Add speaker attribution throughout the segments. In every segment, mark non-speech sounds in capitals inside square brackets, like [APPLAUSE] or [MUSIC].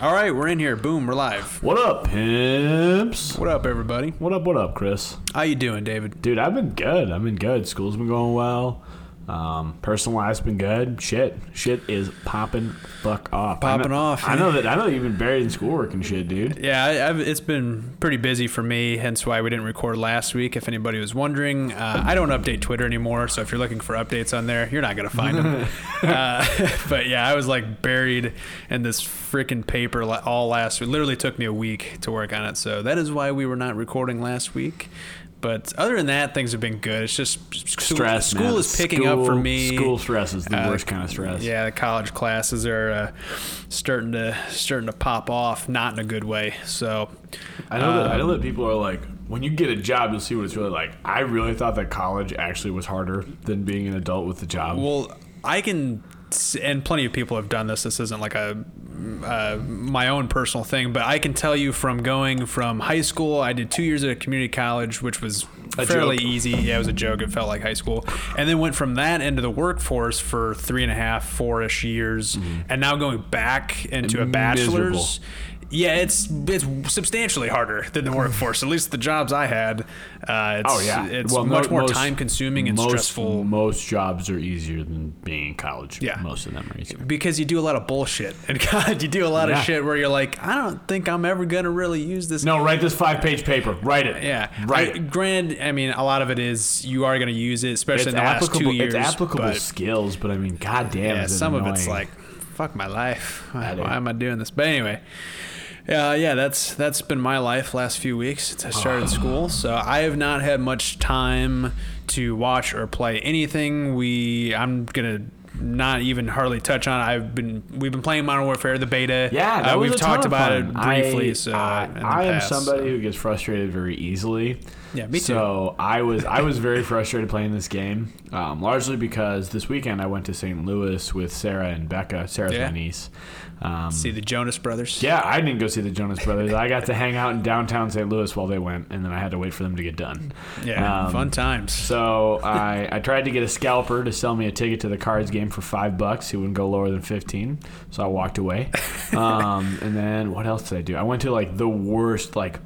Speaker 1: All right, we're in here. Boom, we're live.
Speaker 2: What up, pimps?
Speaker 1: What up, everybody?
Speaker 2: What up, what up, Chris?
Speaker 1: How you doing, David?
Speaker 2: Dude, I've been good. I've been good. School's been going well. Um, personal life's been good. Shit, shit is popping fuck off.
Speaker 1: Popping off,
Speaker 2: I know that. I know you've been buried in schoolwork and shit, dude.
Speaker 1: Yeah, I, I've, it's been pretty busy for me, hence why we didn't record last week. If anybody was wondering, uh, I don't update Twitter anymore, so if you're looking for updates on there, you're not gonna find [LAUGHS] them. uh, [LAUGHS] but yeah, I was like buried in this freaking paper la- all last week. Literally took me a week to work on it, so that is why we were not recording last week. But other than that, things have been good. It's just school-
Speaker 2: Stress.
Speaker 1: School
Speaker 2: man.
Speaker 1: is picking up for
Speaker 2: School-
Speaker 1: me.
Speaker 2: School stress is the
Speaker 1: Uh,
Speaker 2: worst kind of stress.
Speaker 1: Yeah, the college classes are uh, starting to starting to pop off, not in a good way. So,
Speaker 2: I know that. I
Speaker 1: Um,
Speaker 2: know that people are like, when you get a job, you'll see what it's really like. I really thought that college actually was harder than being an adult with the job.
Speaker 1: well, I can, s- and plenty of people have done this. This isn't like a uh, my own personal thing, but I can tell you from going from high school, I did two years at a community college, which was
Speaker 2: A
Speaker 1: fairly
Speaker 2: joke.
Speaker 1: easy. Yeah, it was a joke. It felt like high school, and then went from that into the workforce for three and a half, four-ish years, and now going back into a bachelor's.
Speaker 2: Mm-hmm. Miserable.
Speaker 1: Yeah, it's it's substantially harder than the workforce. At least the jobs I had. Uh, it's,
Speaker 2: Oh yeah,
Speaker 1: it's
Speaker 2: Well, mo-
Speaker 1: much more
Speaker 2: most-
Speaker 1: time consuming and
Speaker 2: most-
Speaker 1: stressful
Speaker 2: Most jobs are easier than being in college.
Speaker 1: Yeah.
Speaker 2: most of them are easier.
Speaker 1: because you do a lot of bullshit. [LAUGHS] And God, you do a lot
Speaker 2: Yeah.
Speaker 1: of shit where you're like, I don't think I'm ever gonna really use this.
Speaker 2: No, write this five-page paper. Write it.
Speaker 1: Yeah,
Speaker 2: write
Speaker 1: I,
Speaker 2: it.
Speaker 1: granted, I mean, a lot of it is you are gonna use it, especially
Speaker 2: It's
Speaker 1: in the last two
Speaker 2: applicable.
Speaker 1: years.
Speaker 2: it's applicable
Speaker 1: but-
Speaker 2: skills, but I mean, goddamn,
Speaker 1: yeah,
Speaker 2: is it
Speaker 1: some of it's
Speaker 2: annoying.
Speaker 1: like, fuck my life. Why,
Speaker 2: do.
Speaker 1: why am I doing this? But anyway, uh, yeah, that's that's been my life last few weeks since I
Speaker 2: Ah.
Speaker 1: started school. So I have not had much time to watch or play anything. We, I'm gonna not even hardly touch on. it. I've been we've been playing Modern Warfare the beta.
Speaker 2: Yeah, that
Speaker 1: uh,
Speaker 2: was
Speaker 1: we've
Speaker 2: a ton
Speaker 1: talked
Speaker 2: of
Speaker 1: about
Speaker 2: fun.
Speaker 1: it briefly.
Speaker 2: I,
Speaker 1: so
Speaker 2: I,
Speaker 1: in the
Speaker 2: I am
Speaker 1: past, so-
Speaker 2: somebody who gets frustrated very easily.
Speaker 1: Yeah, me too.
Speaker 2: So I was I was very frustrated playing this game, um, largely because this weekend I went to St. Louis with Sarah and Becca. Sarah's
Speaker 1: Yeah.
Speaker 2: my niece. Um,
Speaker 1: See the Jonas Brothers.
Speaker 2: yeah, I didn't go see the Jonas Brothers. I got to hang out in downtown St. Louis while they went, and then I had to wait for them to get done.
Speaker 1: yeah,
Speaker 2: Um,
Speaker 1: fun times.
Speaker 2: So I, I tried to get a scalper to sell me a ticket to the cards game for five bucks. He wouldn't go lower than fifteen, so I walked away.
Speaker 1: [LAUGHS]
Speaker 2: Um, and then what else did I do? I went to like the worst, like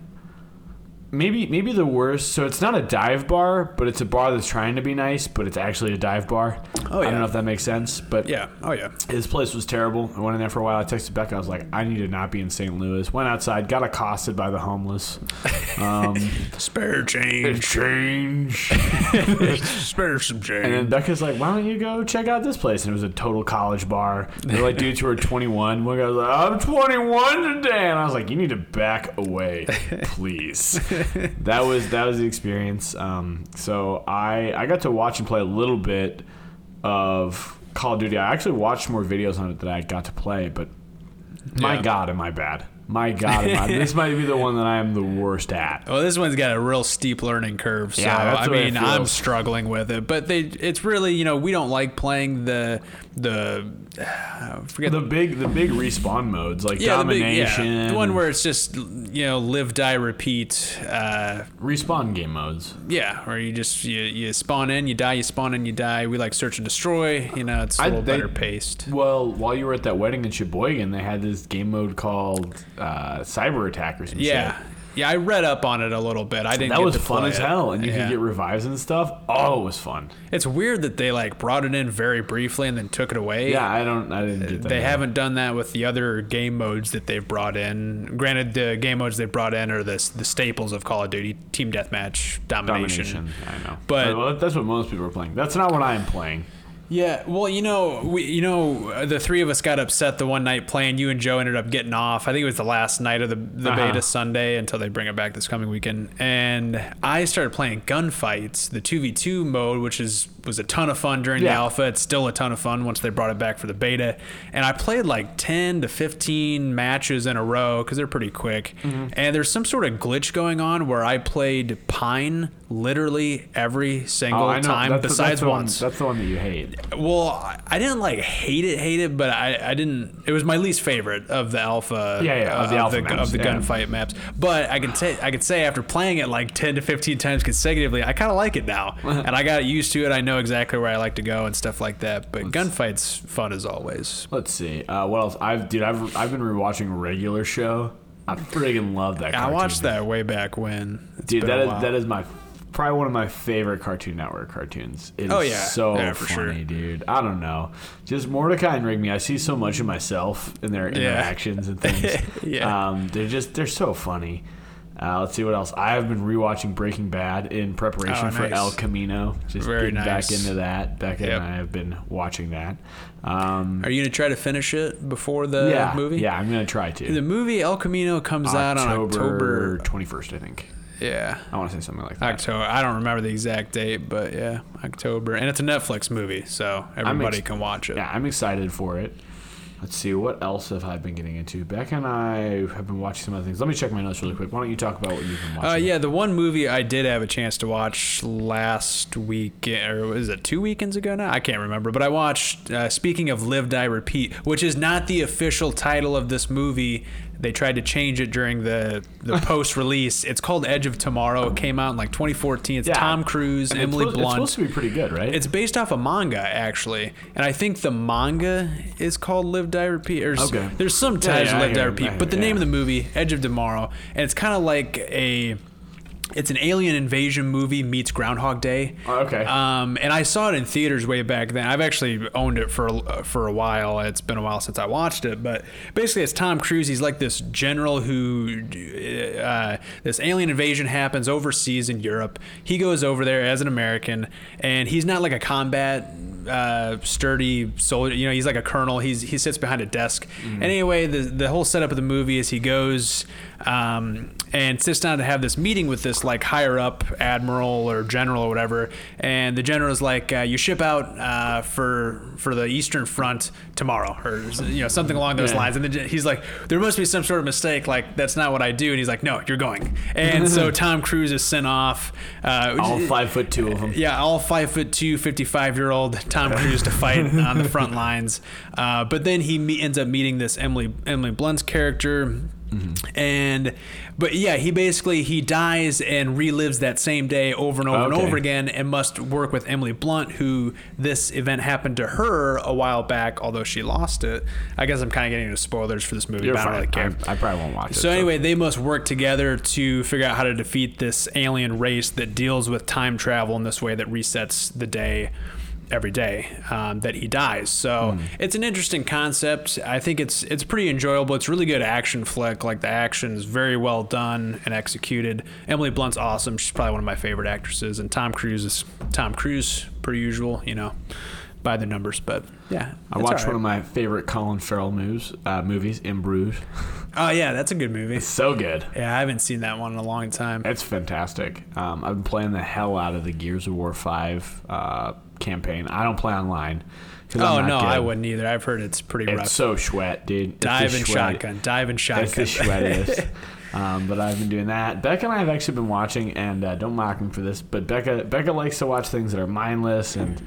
Speaker 2: maybe maybe the worst. So it's not a dive bar, but it's a bar that's trying to be nice, but it's actually a dive bar.
Speaker 1: Oh,
Speaker 2: I
Speaker 1: yeah.
Speaker 2: don't know if that makes sense, but
Speaker 1: Yeah. Oh yeah.
Speaker 2: his place was terrible. I went in there for a while. I texted Becca. I was like, I need to not be in St. Louis. Went outside, got accosted by the homeless. Um, [LAUGHS]
Speaker 1: Spare change. [LAUGHS]
Speaker 2: change.
Speaker 1: spare some change.
Speaker 2: And then Becca's like, why don't you go check out this place? And it was a total college bar. They're like dudes who are 21. One guy was like, I'm 21 today. And I was like, you need to back
Speaker 1: [LAUGHS]
Speaker 2: away, please. that was that was the experience. Um, so I I got to watch and play a little bit of Call of Duty. I actually watched more videos on it that I got to play, but my
Speaker 1: Yeah.
Speaker 2: God, am I bad? My God,
Speaker 1: [LAUGHS]
Speaker 2: am I? this might be the one that I am the worst at.
Speaker 1: Well, this one's got a real steep learning curve, so
Speaker 2: Yeah, that's
Speaker 1: I
Speaker 2: the way it
Speaker 1: mean, I'm
Speaker 2: feels.
Speaker 1: struggling with it. But they, it's really, you know, we don't like playing the the [SIGHS] I forget
Speaker 2: The big the big respawn modes like
Speaker 1: yeah, the big- yeah,
Speaker 2: domination,
Speaker 1: the one where it's just you know live, die, repeat. Uh,
Speaker 2: respawn game modes.
Speaker 1: yeah, where you just you, you spawn in, you die, you spawn in, you die. We like search and destroy. You know, it's a
Speaker 2: I-
Speaker 1: little
Speaker 2: they-
Speaker 1: better paced.
Speaker 2: Well, while you were at that wedding in Sheboygan, they had this game mode called uh, Cyber Attack or some
Speaker 1: Yeah,
Speaker 2: shit.
Speaker 1: yeah. I read up on it a little bit. I didn't.
Speaker 2: That
Speaker 1: get
Speaker 2: was
Speaker 1: to
Speaker 2: fun
Speaker 1: play
Speaker 2: as
Speaker 1: it.
Speaker 2: hell, and you
Speaker 1: Yeah.
Speaker 2: could get revives and stuff. Oh, it was fun.
Speaker 1: It's weird that they like brought it in very briefly and then took it away.
Speaker 2: Yeah, I don't, I didn't get that.
Speaker 1: They haven't done that with the other game modes that they've brought in. Granted, the game modes they've brought in are the the staples of Call of Duty: team deathmatch, domination.
Speaker 2: domination. I know,
Speaker 1: But-
Speaker 2: well, that's what most people are playing. That's not what I am playing.
Speaker 1: Yeah, well, you know, we you know uh, the three of us got upset the one night playing. You and Joe ended up getting off. I think it was the last night of the the
Speaker 2: Uh-huh.
Speaker 1: beta Sunday until they bring it back this coming weekend. And I started playing gunfights, the two v two mode, which is was a ton of fun during the
Speaker 2: Yeah.
Speaker 1: alpha. It's still a ton of fun once they brought it back for the beta. And I played like ten to fifteen matches in a row because they're pretty quick.
Speaker 2: Mm-hmm.
Speaker 1: And there's some sort of glitch going on where I played Pine literally every single
Speaker 2: I know.
Speaker 1: time
Speaker 2: that's the-
Speaker 1: besides
Speaker 2: Oh, that's the one-
Speaker 1: once.
Speaker 2: that's the one that you hate.
Speaker 1: well, I- I didn't like hate it, hate it, but I, I didn't. It was my least favorite of the alpha,
Speaker 2: Yeah, yeah,
Speaker 1: uh,
Speaker 2: of the alpha
Speaker 1: gu-
Speaker 2: maps,
Speaker 1: of the
Speaker 2: yeah.
Speaker 1: gunfight maps. But I can say, I could say after playing it like ten to fifteen times consecutively, I kind of like it now,
Speaker 2: Uh-huh.
Speaker 1: and I got used to it. I know exactly where I like to go and stuff like that. But gunfights fun as always.
Speaker 2: Let's see. Uh, what else? I've dude, I've I've been rewatching regular show. I friggin' love that.
Speaker 1: I
Speaker 2: cartoon.
Speaker 1: watched that way back when. It's
Speaker 2: Dude,
Speaker 1: been
Speaker 2: that
Speaker 1: a
Speaker 2: is
Speaker 1: while.
Speaker 2: that is my probably one of my favorite Cartoon Network cartoons. It is
Speaker 1: Oh, yeah.
Speaker 2: so
Speaker 1: Yeah, for sure.
Speaker 2: funny, dude. I don't know. Just Mordecai and Rigby. I see so much of myself in their interactions and things.
Speaker 1: [LAUGHS] Yeah.
Speaker 2: um, they're just they're so funny. Uh, let's see what else. I have been rewatching Breaking Bad in preparation
Speaker 1: Oh,
Speaker 2: for
Speaker 1: nice.
Speaker 2: El Camino. Just
Speaker 1: Very
Speaker 2: getting
Speaker 1: nice.
Speaker 2: back into that. Becca
Speaker 1: Yep.
Speaker 2: and I have been watching that. Um,
Speaker 1: Are you gonna try to finish it before the
Speaker 2: yeah,
Speaker 1: movie?
Speaker 2: Yeah, I'm gonna try to.
Speaker 1: The movie El Camino comes out on October.
Speaker 2: 21st, I think.
Speaker 1: Yeah.
Speaker 2: I want to say something like that.
Speaker 1: October. I don't remember the exact date, but yeah, October. And it's a Netflix movie, so everybody
Speaker 2: ex-
Speaker 1: can watch it.
Speaker 2: Yeah, I'm excited for it. Let's see what else have I been getting into. Becca and I have been watching some other things. Let me check my notes really quick. Why don't you talk about what you've been watching?
Speaker 1: Uh, yeah, the one movie I did have a chance to watch last week, or was it two weekends ago now? I can't remember, but I watched, uh, speaking of Live, Die, Repeat, which is not the official title of this movie. They tried to change it during the,
Speaker 2: [LAUGHS]
Speaker 1: the post release. It's called Edge of Tomorrow. It came out in like 2014. It's
Speaker 2: Yeah.
Speaker 1: Tom Cruise,
Speaker 2: And it's
Speaker 1: Emily
Speaker 2: supposed- It's
Speaker 1: Blunt.
Speaker 2: supposed to be pretty good, right?
Speaker 1: It's based off a manga actually, and I think the manga is called Live Die Repeat. Or s-
Speaker 2: Okay.
Speaker 1: There's some
Speaker 2: Yeah,
Speaker 1: ties
Speaker 2: yeah,
Speaker 1: to
Speaker 2: I
Speaker 1: Live Die
Speaker 2: hear- I
Speaker 1: Repeat,
Speaker 2: hear-
Speaker 1: but the name
Speaker 2: yeah.
Speaker 1: of the movie Edge of Tomorrow, and it's kind of like a. It's an alien invasion movie meets Groundhog Day.
Speaker 2: Oh, okay.
Speaker 1: Um, and I saw it in theaters way back then. I've actually owned it for a- for a while. It's been a while since I watched it, but basically, it's Tom Cruise. He's like this general who uh, this alien invasion happens overseas in Europe. He goes over there as an American, and he's not like a combat uh, sturdy soldier. You know, he's like a colonel. He's he sits behind a desk.
Speaker 2: Mm-hmm.
Speaker 1: And Anyway, the the whole setup of the movie is he goes um, and sits down to have this meeting with this like higher up admiral or general or whatever. And the general is like, uh, "You ship out uh, for for the Eastern Front tomorrow, or you know something along those
Speaker 2: Yeah.
Speaker 1: lines." And the, gen- he's like, "There must be some sort of mistake. Like that's not what I do." And he's like, "No, you're going."
Speaker 2: [LAUGHS]
Speaker 1: And so Tom Cruise is sent off. Uh,
Speaker 2: All five foot two of them.
Speaker 1: yeah, all five foot two, 55 year old Tom Cruise to
Speaker 2: [LAUGHS]
Speaker 1: fight on the front lines. Uh, but then he me- ends up meeting this Emily Emily Blunt's character.
Speaker 2: Mm-hmm.
Speaker 1: And, but yeah, he basically he dies and relives that same day over and over and
Speaker 2: Okay.
Speaker 1: over again, and must work with Emily Blunt, who this event happened to her a while back, although she lost it. I guess I'm kind of getting into spoilers for this movie.
Speaker 2: You're
Speaker 1: but I don't really
Speaker 2: fine.
Speaker 1: care.
Speaker 2: I, I probably won't watch it.
Speaker 1: So anyway, they must work together to figure out how to defeat this alien race that deals with time travel in this way that resets the day every day um, that he dies. So
Speaker 2: Hmm.
Speaker 1: it's an interesting concept. I think it's it's pretty enjoyable. It's really good action flick. Like the action is very well done and executed. Emily Blunt's awesome. She's probably one of my favorite actresses. And Tom Cruise is Tom Cruise per usual. You know, by the numbers. But yeah,
Speaker 2: I watched one of my favorite Colin Farrell moves, uh, movies, In Bruges. [LAUGHS]
Speaker 1: Oh yeah, that's a good movie.
Speaker 2: so good.
Speaker 1: Yeah, I haven't seen that one in a long time.
Speaker 2: It's fantastic. Um, I've been playing the hell out of the Gears of War Five uh, campaign. I don't play online. 'cause I'm
Speaker 1: Oh
Speaker 2: not
Speaker 1: no,
Speaker 2: good.
Speaker 1: I wouldn't either. I've heard it's pretty
Speaker 2: It's
Speaker 1: rough.
Speaker 2: so sweat, dude. It's
Speaker 1: dive
Speaker 2: the
Speaker 1: and
Speaker 2: sweat.
Speaker 1: shotgun, dive and
Speaker 2: It's the
Speaker 1: shotgun. [LAUGHS]
Speaker 2: sweatiest. um, but I've been doing that. Becca and I have actually been watching, and uh, don't mock me for this, but Becca Becca likes to watch things that are mindless and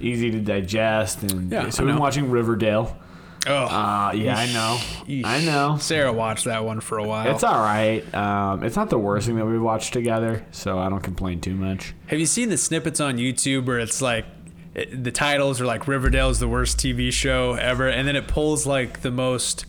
Speaker 2: easy to digest. And
Speaker 1: Yeah,
Speaker 2: so
Speaker 1: I
Speaker 2: we've been
Speaker 1: know.
Speaker 2: watching Riverdale.
Speaker 1: Oh,
Speaker 2: Uh, yeah, I know. I know.
Speaker 1: Sarah watched that one for a while.
Speaker 2: It's all right. Um, it's not the worst thing that we've watched together, so I don't complain too much.
Speaker 1: Have you seen the snippets on YouTube where it's like it, the titles are like Riverdale's the worst TV show ever, and then it pulls like the most.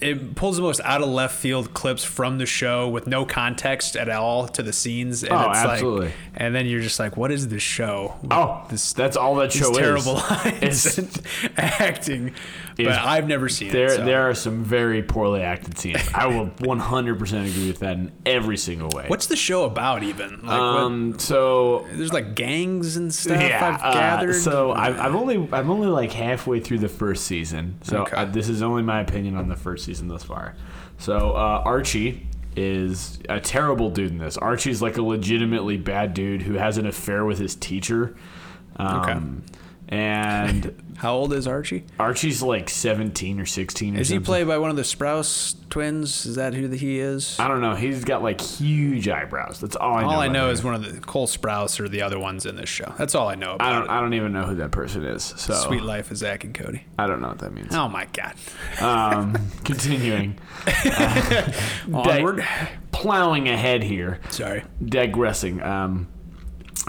Speaker 1: It pulls the most out of left field clips from the show with no context at all to the scenes. And
Speaker 2: Oh,
Speaker 1: it's
Speaker 2: absolutely.
Speaker 1: Like, and then you're just like, what is this show?
Speaker 2: Oh,
Speaker 1: This-
Speaker 2: that's all that show
Speaker 1: These
Speaker 2: is.
Speaker 1: terrible [LAUGHS] lines
Speaker 2: It's-
Speaker 1: and [LAUGHS] acting. But I've never seen
Speaker 2: There,
Speaker 1: it. so-
Speaker 2: there are some very poorly acted scenes. I will 100% agree with that in every single way.
Speaker 1: What's the show about even? Like
Speaker 2: Um. So
Speaker 1: what, there's like gangs and stuff
Speaker 2: yeah.
Speaker 1: I've gathered.
Speaker 2: Uh, so I've, I've only I'm only like halfway through the first season. So
Speaker 1: Okay.
Speaker 2: uh, this is only my opinion on the first season thus far. So uh, Archie is a terrible dude in this. Archie's like a legitimately bad dude who has an affair with his teacher. Um,
Speaker 1: Okay.
Speaker 2: and [LAUGHS]
Speaker 1: How old is Archie?
Speaker 2: Archie's like 17 or 16 or
Speaker 1: Is he
Speaker 2: something.
Speaker 1: played by one of the Sprouse twins? Is that who the, he is?
Speaker 2: I don't know. He's got like huge eyebrows. That's all I know.
Speaker 1: all I
Speaker 2: about
Speaker 1: know
Speaker 2: him.
Speaker 1: is one of the Cole Sprouse or the other ones in this show. That's all I know
Speaker 2: I
Speaker 1: about
Speaker 2: don't I don't even know who that person is. So
Speaker 1: it. Sweet Life of Zach and Cody.
Speaker 2: I don't know what that
Speaker 1: [LAUGHS]
Speaker 2: means.
Speaker 1: Oh my God.
Speaker 2: Um, continuing.
Speaker 1: Onward.
Speaker 2: Di- plowing ahead here.
Speaker 1: Sorry.
Speaker 2: Digressing. Um,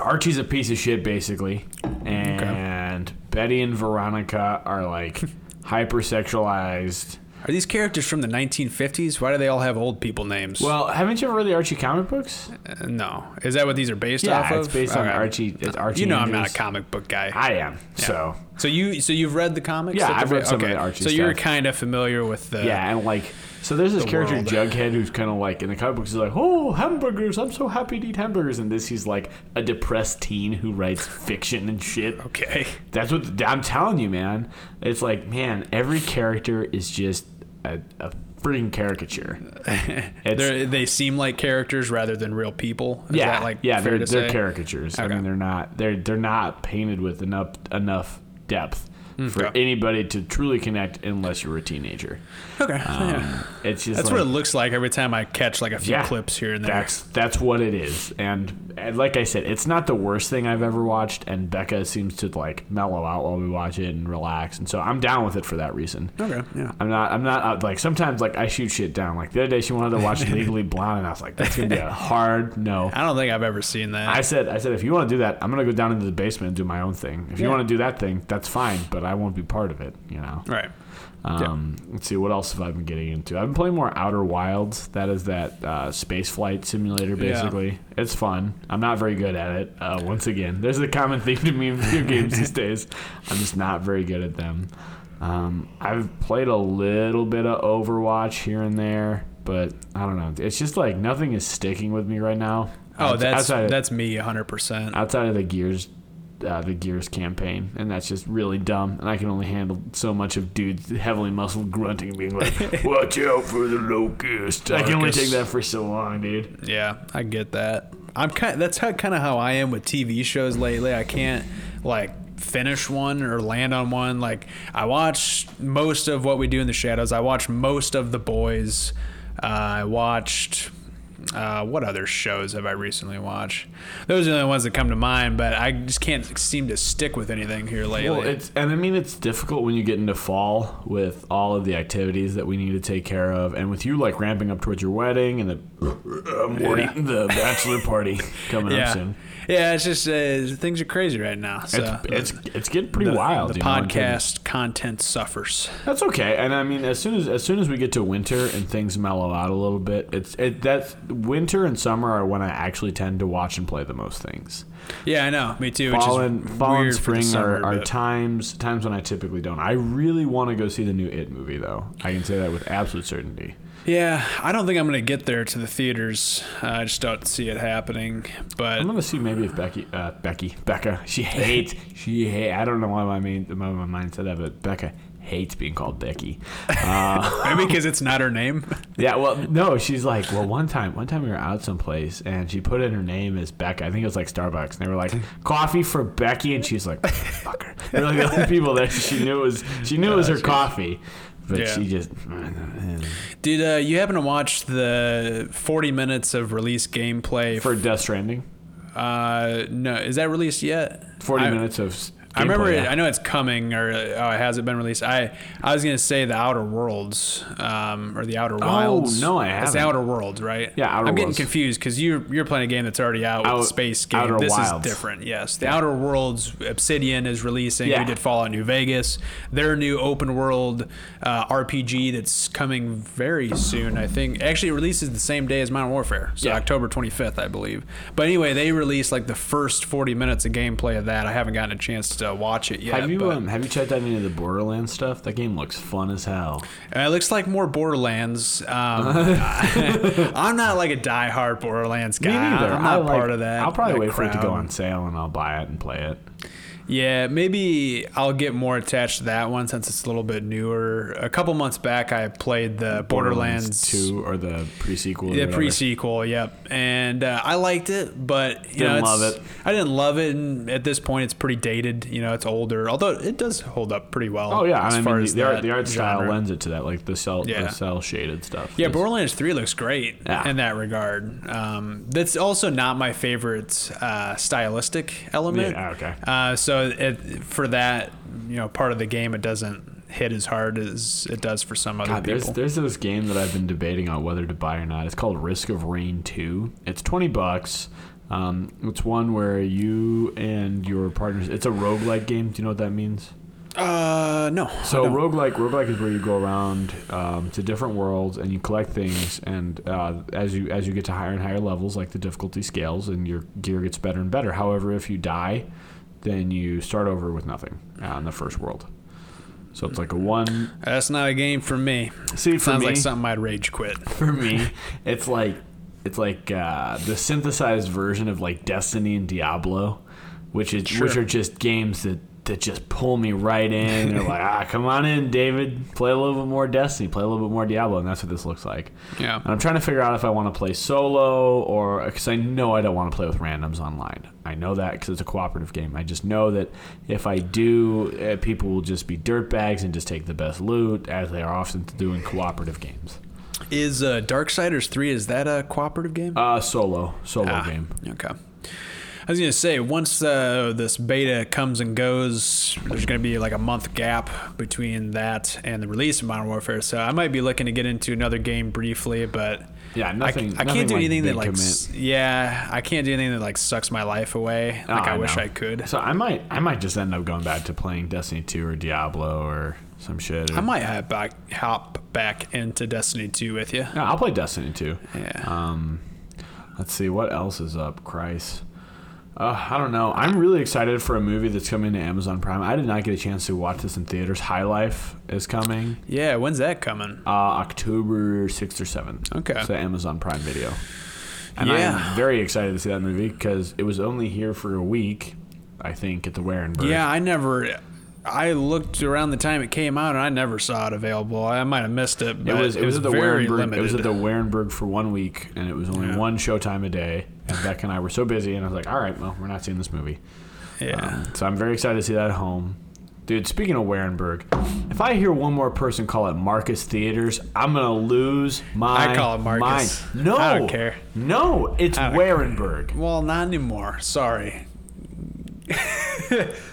Speaker 2: Archie's a piece of shit basically, and Betty and Veronica
Speaker 1: [LAUGHS]
Speaker 2: are like hypersexualized.
Speaker 1: Are these characters from the 1950s? Why do they all have old people names?
Speaker 2: Well, haven't you ever read the Archie comic books?
Speaker 1: Uh, no. Is that what these are based off
Speaker 2: Yeah,
Speaker 1: of?
Speaker 2: it's based on
Speaker 1: Okay.
Speaker 2: Archie. It's Archie.
Speaker 1: You know, I'm not a
Speaker 2: Andrews.
Speaker 1: comic book guy.
Speaker 2: I am. So
Speaker 1: so you, so you've read the comics?
Speaker 2: Yeah,
Speaker 1: That
Speaker 2: I've
Speaker 1: they're-
Speaker 2: read some of the Archie
Speaker 1: So you're
Speaker 2: stuff.
Speaker 1: kind of familiar with the.
Speaker 2: yeah, and like so there's this character
Speaker 1: world.
Speaker 2: Jughead who's kind of like in the comic books he's like, "Oh, hamburgers! I'm so happy to eat hamburgers." And this he's like a depressed teen who writes fiction and shit.
Speaker 1: Okay.
Speaker 2: That's what I'm telling you, man. It's like, man, every character is just a, a
Speaker 1: [LAUGHS]
Speaker 2: freaking caricature. It's,
Speaker 1: They're, they seem like characters rather than real people. Is
Speaker 2: yeah,
Speaker 1: that like
Speaker 2: yeah,
Speaker 1: fair
Speaker 2: they're,
Speaker 1: to
Speaker 2: they're
Speaker 1: say?
Speaker 2: caricatures. I
Speaker 1: Okay.
Speaker 2: mean, they're not they're they're not painted with enough enough depth for
Speaker 1: Hmm. Okay.
Speaker 2: anybody to truly connect unless you're
Speaker 1: [LAUGHS]
Speaker 2: a teenager. uh, Um,
Speaker 1: Okay. yeah.
Speaker 2: It's just
Speaker 1: That's
Speaker 2: like,
Speaker 1: what it looks like every time I catch like a few
Speaker 2: Yeah.
Speaker 1: clips here and there.
Speaker 2: That's that's what it is, and, and like I said, it's not the worst thing I've ever watched. And Becca seems to like mellow out while we watch it and relax, and so I'm down with it for that reason.
Speaker 1: okay. Yeah.
Speaker 2: I'm not. I'm not uh, like sometimes like I shoot shit down. Like the other day, she wanted to
Speaker 1: [LAUGHS]
Speaker 2: watch Legally Blonde, and I was like, that's gonna be a hard no.
Speaker 1: I don't think I've ever seen that.
Speaker 2: I said, I said, if you want to do that, I'm gonna go down into the basement and do my own thing. If you
Speaker 1: Yeah.
Speaker 2: want to do that thing, that's fine, but I won't be part of it. You know.
Speaker 1: right.
Speaker 2: Um, Let's see what else have I been getting into. I've been playing more Outer Wilds. That is that uh, space flight simulator,
Speaker 1: Yeah.
Speaker 2: basically. It's fun. I'm not very good at it. Uh, once again, there's a common theme to me in
Speaker 1: [LAUGHS]
Speaker 2: video games these days. I'm just not very good at them. Um, I've played a little bit of Overwatch here and there, but I don't know. It's just like nothing is sticking with me right now.
Speaker 1: Oh,
Speaker 2: Outs-
Speaker 1: that's
Speaker 2: outside of-
Speaker 1: that's me 100%.
Speaker 2: outside of the gears uh, the gears campaign and that's just really dumb and i can only handle so much of dudes heavily muscled grunting being [LAUGHS] like watch out for the locust i can only
Speaker 1: Marcus.
Speaker 2: take that for so long dude
Speaker 1: Yeah, I get that. I'm kind. That's how kind of how I am with TV shows lately. I can't like finish one or land on one. Like I watch most of what we do in the shadows. I watch most of the boys. Uh, I watched. Uh, what other shows have I recently watched? Those are the only ones that come to mind, but I just can't seem to stick with anything here lately.
Speaker 2: well it's and i mean it's difficult when you get into fall with all of the activities that we need to take care of and with you like ramping up towards your wedding and the, uh, morning, the bachelor party coming
Speaker 1: yeah,
Speaker 2: up soon
Speaker 1: yeah. It's just uh, things are crazy right now. So
Speaker 2: it's, it's it's getting pretty
Speaker 1: the,
Speaker 2: wild
Speaker 1: The
Speaker 2: you know, in terms of-
Speaker 1: podcast content suffers.
Speaker 2: That's okay, and I mean, as soon as as soon as we get to winter and things mellow out a little bit, it's it that's winter and summer are when I actually tend to watch and play the most things.
Speaker 1: Yeah, I know. Me too.
Speaker 2: Fall
Speaker 1: which is
Speaker 2: and fall and
Speaker 1: weird for the
Speaker 2: spring
Speaker 1: summer,
Speaker 2: are, are
Speaker 1: but-
Speaker 2: times times when I typically don't. I really want to go see the new It movie though. I can say that with absolute certainty.
Speaker 1: yeah, I don't think I'm gonna get there to the theaters. Uh, I just don't see it happening. But
Speaker 2: I'm gonna see maybe if Becky, uh, Becky, Becca, [LAUGHS] she hates, she hate. I don't know why my main, my, my mind said that, but Becca hates being called Becky. Uh,
Speaker 1: maybe because it's not her name. [LAUGHS]
Speaker 2: Yeah, well, [LAUGHS] no, she's like, well, one time, one time we were out someplace, and she put in her name as Becca. I think it was like Starbucks, and they
Speaker 1: [LAUGHS]
Speaker 2: were like, "Coffee for Becky," and she's like, "Fucker." [LAUGHS] They were like the only people that she knew it was she knew it was her coffee, but
Speaker 1: Yeah.
Speaker 2: she just
Speaker 1: Did uh, you happen to watch the 40 minutes of release gameplay?
Speaker 2: for Death Stranding,
Speaker 1: uh, no, is that released yet?
Speaker 2: forty
Speaker 1: I-
Speaker 2: minutes of. s-
Speaker 1: I remember.
Speaker 2: gameplay,
Speaker 1: It,
Speaker 2: yeah.
Speaker 1: I know it's coming, or uh, oh, it hasn't been released. I I was gonna say the Outer Worlds, um, or the Outer Wilds.
Speaker 2: Oh, no, I
Speaker 1: It's the
Speaker 2: haven't.
Speaker 1: Outer Worlds, right?
Speaker 2: Yeah, Outer
Speaker 1: I'm getting
Speaker 2: Worlds.
Speaker 1: confused because you you're playing a game that's already out with
Speaker 2: Out-
Speaker 1: space game.
Speaker 2: Outer
Speaker 1: this
Speaker 2: Wilds.
Speaker 1: is different. Yes, the Outer Worlds. Obsidian is releasing.
Speaker 2: Yeah.
Speaker 1: We did Fallout New Vegas. Their new open world uh, RPG that's coming very soon. I think actually it releases the same day as Modern Warfare, so
Speaker 2: Yeah.
Speaker 1: October 25th, I believe. But anyway, they released like the first 40 minutes of gameplay of that. I haven't gotten a chance to watch it yet.
Speaker 2: Have you
Speaker 1: but-
Speaker 2: um, have you checked out any of the Borderlands stuff? That game looks fun as hell.
Speaker 1: Uh, it looks like more Borderlands. Um, [LAUGHS]
Speaker 2: [LAUGHS]
Speaker 1: I'm not like a diehard Borderlands guy.
Speaker 2: Me neither.
Speaker 1: I'm
Speaker 2: I
Speaker 1: not
Speaker 2: like-
Speaker 1: part of that.
Speaker 2: I'll probably
Speaker 1: that
Speaker 2: wait for it to go
Speaker 1: crowd.
Speaker 2: on sale and I'll buy it and play it.
Speaker 1: Yeah, maybe I'll get more attached to that one since it's a little bit newer. A couple months back, I played the Borderlands,
Speaker 2: Two or the prequel. or
Speaker 1: the
Speaker 2: whatever.
Speaker 1: pre sequel. Yep, and uh, I liked it, but you know,
Speaker 2: Didn't
Speaker 1: it's-
Speaker 2: love it.
Speaker 1: I didn't love it, and at this point, it's pretty dated. You know, it's older, although it does hold up pretty well.
Speaker 2: Oh yeah,
Speaker 1: as
Speaker 2: I mean
Speaker 1: far
Speaker 2: the,
Speaker 1: as
Speaker 2: the art,
Speaker 1: that
Speaker 2: the art style
Speaker 1: genre.
Speaker 2: lends it to that, like the cell,
Speaker 1: Yeah.
Speaker 2: the cell shaded stuff.
Speaker 1: Yeah,
Speaker 2: It's-
Speaker 1: Borderlands Three looks great
Speaker 2: Yeah.
Speaker 1: in that regard. Um, that's also not my favorite uh, stylistic element.
Speaker 2: Yeah, okay.
Speaker 1: Uh, so it, for that, you know, part of the game, it doesn't hit as hard as it does for some other
Speaker 2: God, there's
Speaker 1: people.
Speaker 2: there's this game that I've been debating on whether to buy or not. It's called Risk of Rain Two. It's twenty bucks. Um, it's one where you and your partners. It's a roguelike game. Do you know what that means?
Speaker 1: Uh, no.
Speaker 2: So
Speaker 1: I don't.
Speaker 2: roguelike, roguelike is where you go around um, to different worlds and you collect things, and uh, as you as you get to higher and higher levels, like the difficulty scales, and your gear gets better and better. However, if you die, then you start over with nothing uh, in the first world. So it's like a one.
Speaker 1: that's not a game for me.
Speaker 2: See,
Speaker 1: Sounds like something I'd rage quit.
Speaker 2: for me, it's like it's like uh, the synthesized version of like Destiny and Diablo, which is which
Speaker 1: Sure.
Speaker 2: are just games that that just pull me right in. They're
Speaker 1: [LAUGHS]
Speaker 2: like, ah, come on in, David, play a little bit more Destiny, play a little bit more Diablo, and that's what this looks like.
Speaker 1: Yeah.
Speaker 2: And I'm trying to figure out if I want to play solo or because I know I don't want to play with randoms online. I know that because it's a cooperative game. I just know that if I do, uh, people will just be dirtbags and just take the best loot, as they are often to do in cooperative games.
Speaker 1: Is uh, Darksiders Three? Is that a cooperative game?
Speaker 2: Uh, solo, solo
Speaker 1: Ah,
Speaker 2: game.
Speaker 1: Okay. I was gonna say once uh, this beta comes and goes, there's gonna be like a month gap between that and the release of Modern Warfare. So I might be looking to get into another game briefly, but
Speaker 2: Yeah,
Speaker 1: I,
Speaker 2: nothing.
Speaker 1: I
Speaker 2: nothing
Speaker 1: can't do
Speaker 2: like
Speaker 1: anything that
Speaker 2: big
Speaker 1: like
Speaker 2: commit.
Speaker 1: s- yeah, I can't do anything that like sucks my life away.
Speaker 2: Oh,
Speaker 1: Like I, wish
Speaker 2: know.
Speaker 1: I could.
Speaker 2: So I might, I might just end up going back to playing Destiny Two or Diablo or some shit. Or,
Speaker 1: I might hop back hop back into Destiny 2 with you.
Speaker 2: No, I'll play Destiny Two.
Speaker 1: Yeah.
Speaker 2: Um, let's see what else is up. Christ. Uh, I don't know. I'm really excited for a movie that's coming to Amazon Prime. I did not get a chance to watch this in theaters. High Life is coming
Speaker 1: yeah, when's that coming?
Speaker 2: uh, October 6th or 7th.
Speaker 1: Okay.
Speaker 2: So Amazon Prime Video. And
Speaker 1: Yeah.
Speaker 2: I'm very excited to see that movie because it was only here for a week, I think, at the Warenberg.
Speaker 1: Yeah, I never. I looked around the time it came out, and I never saw it available. I might have missed it,
Speaker 2: It
Speaker 1: but
Speaker 2: was, it was, at the
Speaker 1: very
Speaker 2: Warenberg.
Speaker 1: limited.
Speaker 2: It was at the Warenberg for one week, and it was only
Speaker 1: Yeah.
Speaker 2: one showtime a day. And Beck and I were so busy, and I was like, "All right, well, we're not seeing this movie."
Speaker 1: yeah.
Speaker 2: Um, so I'm very excited to see that at home, dude. Speaking of Warenberg, if I hear one more person call it Marcus Theaters, I'm gonna lose my.
Speaker 1: I call it Marcus.
Speaker 2: mind. No,
Speaker 1: I don't care.
Speaker 2: No, it's
Speaker 1: don't care.
Speaker 2: Warenberg.
Speaker 1: well, not anymore. Sorry.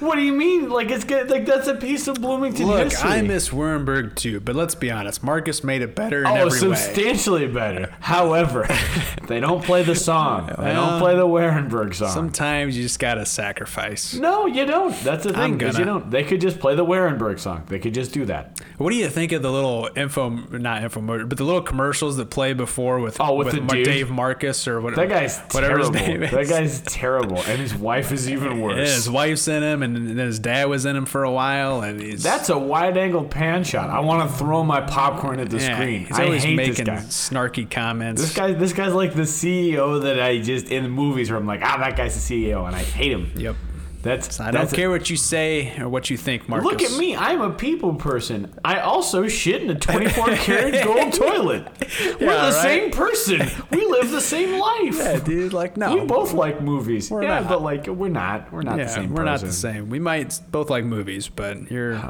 Speaker 2: What do you mean? Like it's good, like that's a piece of Bloomington
Speaker 1: Look,
Speaker 2: history.
Speaker 1: I miss Wurmberg too, but let's be honest. Marcus made it better in
Speaker 2: Oh,
Speaker 1: every way.
Speaker 2: substantially better.
Speaker 1: [LAUGHS]
Speaker 2: However, they don't play the song. They
Speaker 1: Well,
Speaker 2: don't play the Warenberg song.
Speaker 1: Sometimes you just gotta sacrifice.
Speaker 2: No, you don't. That's the thing.
Speaker 1: I'm
Speaker 2: Because
Speaker 1: gonna.
Speaker 2: you don't. They could just play the Warenberg song. They could just do that.
Speaker 1: What do you think of the little info, not info, but the little commercials that play before with
Speaker 2: Oh, with the
Speaker 1: Mar-
Speaker 2: dude?
Speaker 1: Dave Marcus or whatever?
Speaker 2: That guy's
Speaker 1: whatever
Speaker 2: terrible.
Speaker 1: his name is.
Speaker 2: That guy's terrible, and his wife
Speaker 1: [LAUGHS]
Speaker 2: is even
Speaker 1: Yeah,
Speaker 2: worse.
Speaker 1: his wife's in him, and then his dad was in him for a while, and he's
Speaker 2: That's a wide-angle pan shot. I want to throw my popcorn at the
Speaker 1: Yeah,
Speaker 2: screen.
Speaker 1: He's
Speaker 2: I
Speaker 1: always
Speaker 2: hate
Speaker 1: making
Speaker 2: this guy.
Speaker 1: snarky comments.
Speaker 2: This guy, this guy's like the CEO that I just in the movies where I'm like, ah, that guy's the CEO, and I hate him.
Speaker 1: yep.
Speaker 2: That's
Speaker 1: I don't
Speaker 2: that's
Speaker 1: care what you say or what you think, Marcus.
Speaker 2: Look at me. I'm a people person. I also shit in a
Speaker 1: [LAUGHS]
Speaker 2: 24 karat gold toilet. We're
Speaker 1: Yeah,
Speaker 2: the
Speaker 1: right?
Speaker 2: same person. We live the same life.
Speaker 1: [LAUGHS] Yeah, dude. Like, no.
Speaker 2: We both like movies.
Speaker 1: We're
Speaker 2: yeah,
Speaker 1: not.
Speaker 2: but like we're not. We're not
Speaker 1: yeah,
Speaker 2: the same.
Speaker 1: we're not the
Speaker 2: person.
Speaker 1: same. We might both like movies, but you're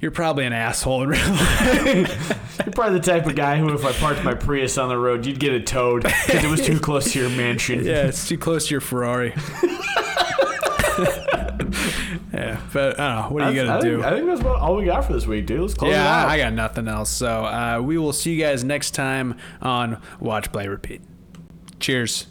Speaker 1: you're probably an asshole in real life.
Speaker 2: [LAUGHS] You're probably the type of guy who, if I parked my Prius on the road, you'd get a towed because it was
Speaker 1: [LAUGHS]
Speaker 2: too close to your mansion.
Speaker 1: yeah, it's too close to your Ferrari. [LAUGHS] yeah, but I don't know. What are you
Speaker 2: That's- I
Speaker 1: gonna
Speaker 2: think,
Speaker 1: do?
Speaker 2: I think that's about all we got for this week, dude. Let's close it
Speaker 1: yeah,
Speaker 2: out.
Speaker 1: I got nothing else. So uh, we will see you guys next time on Watch Play Repeat. Cheers.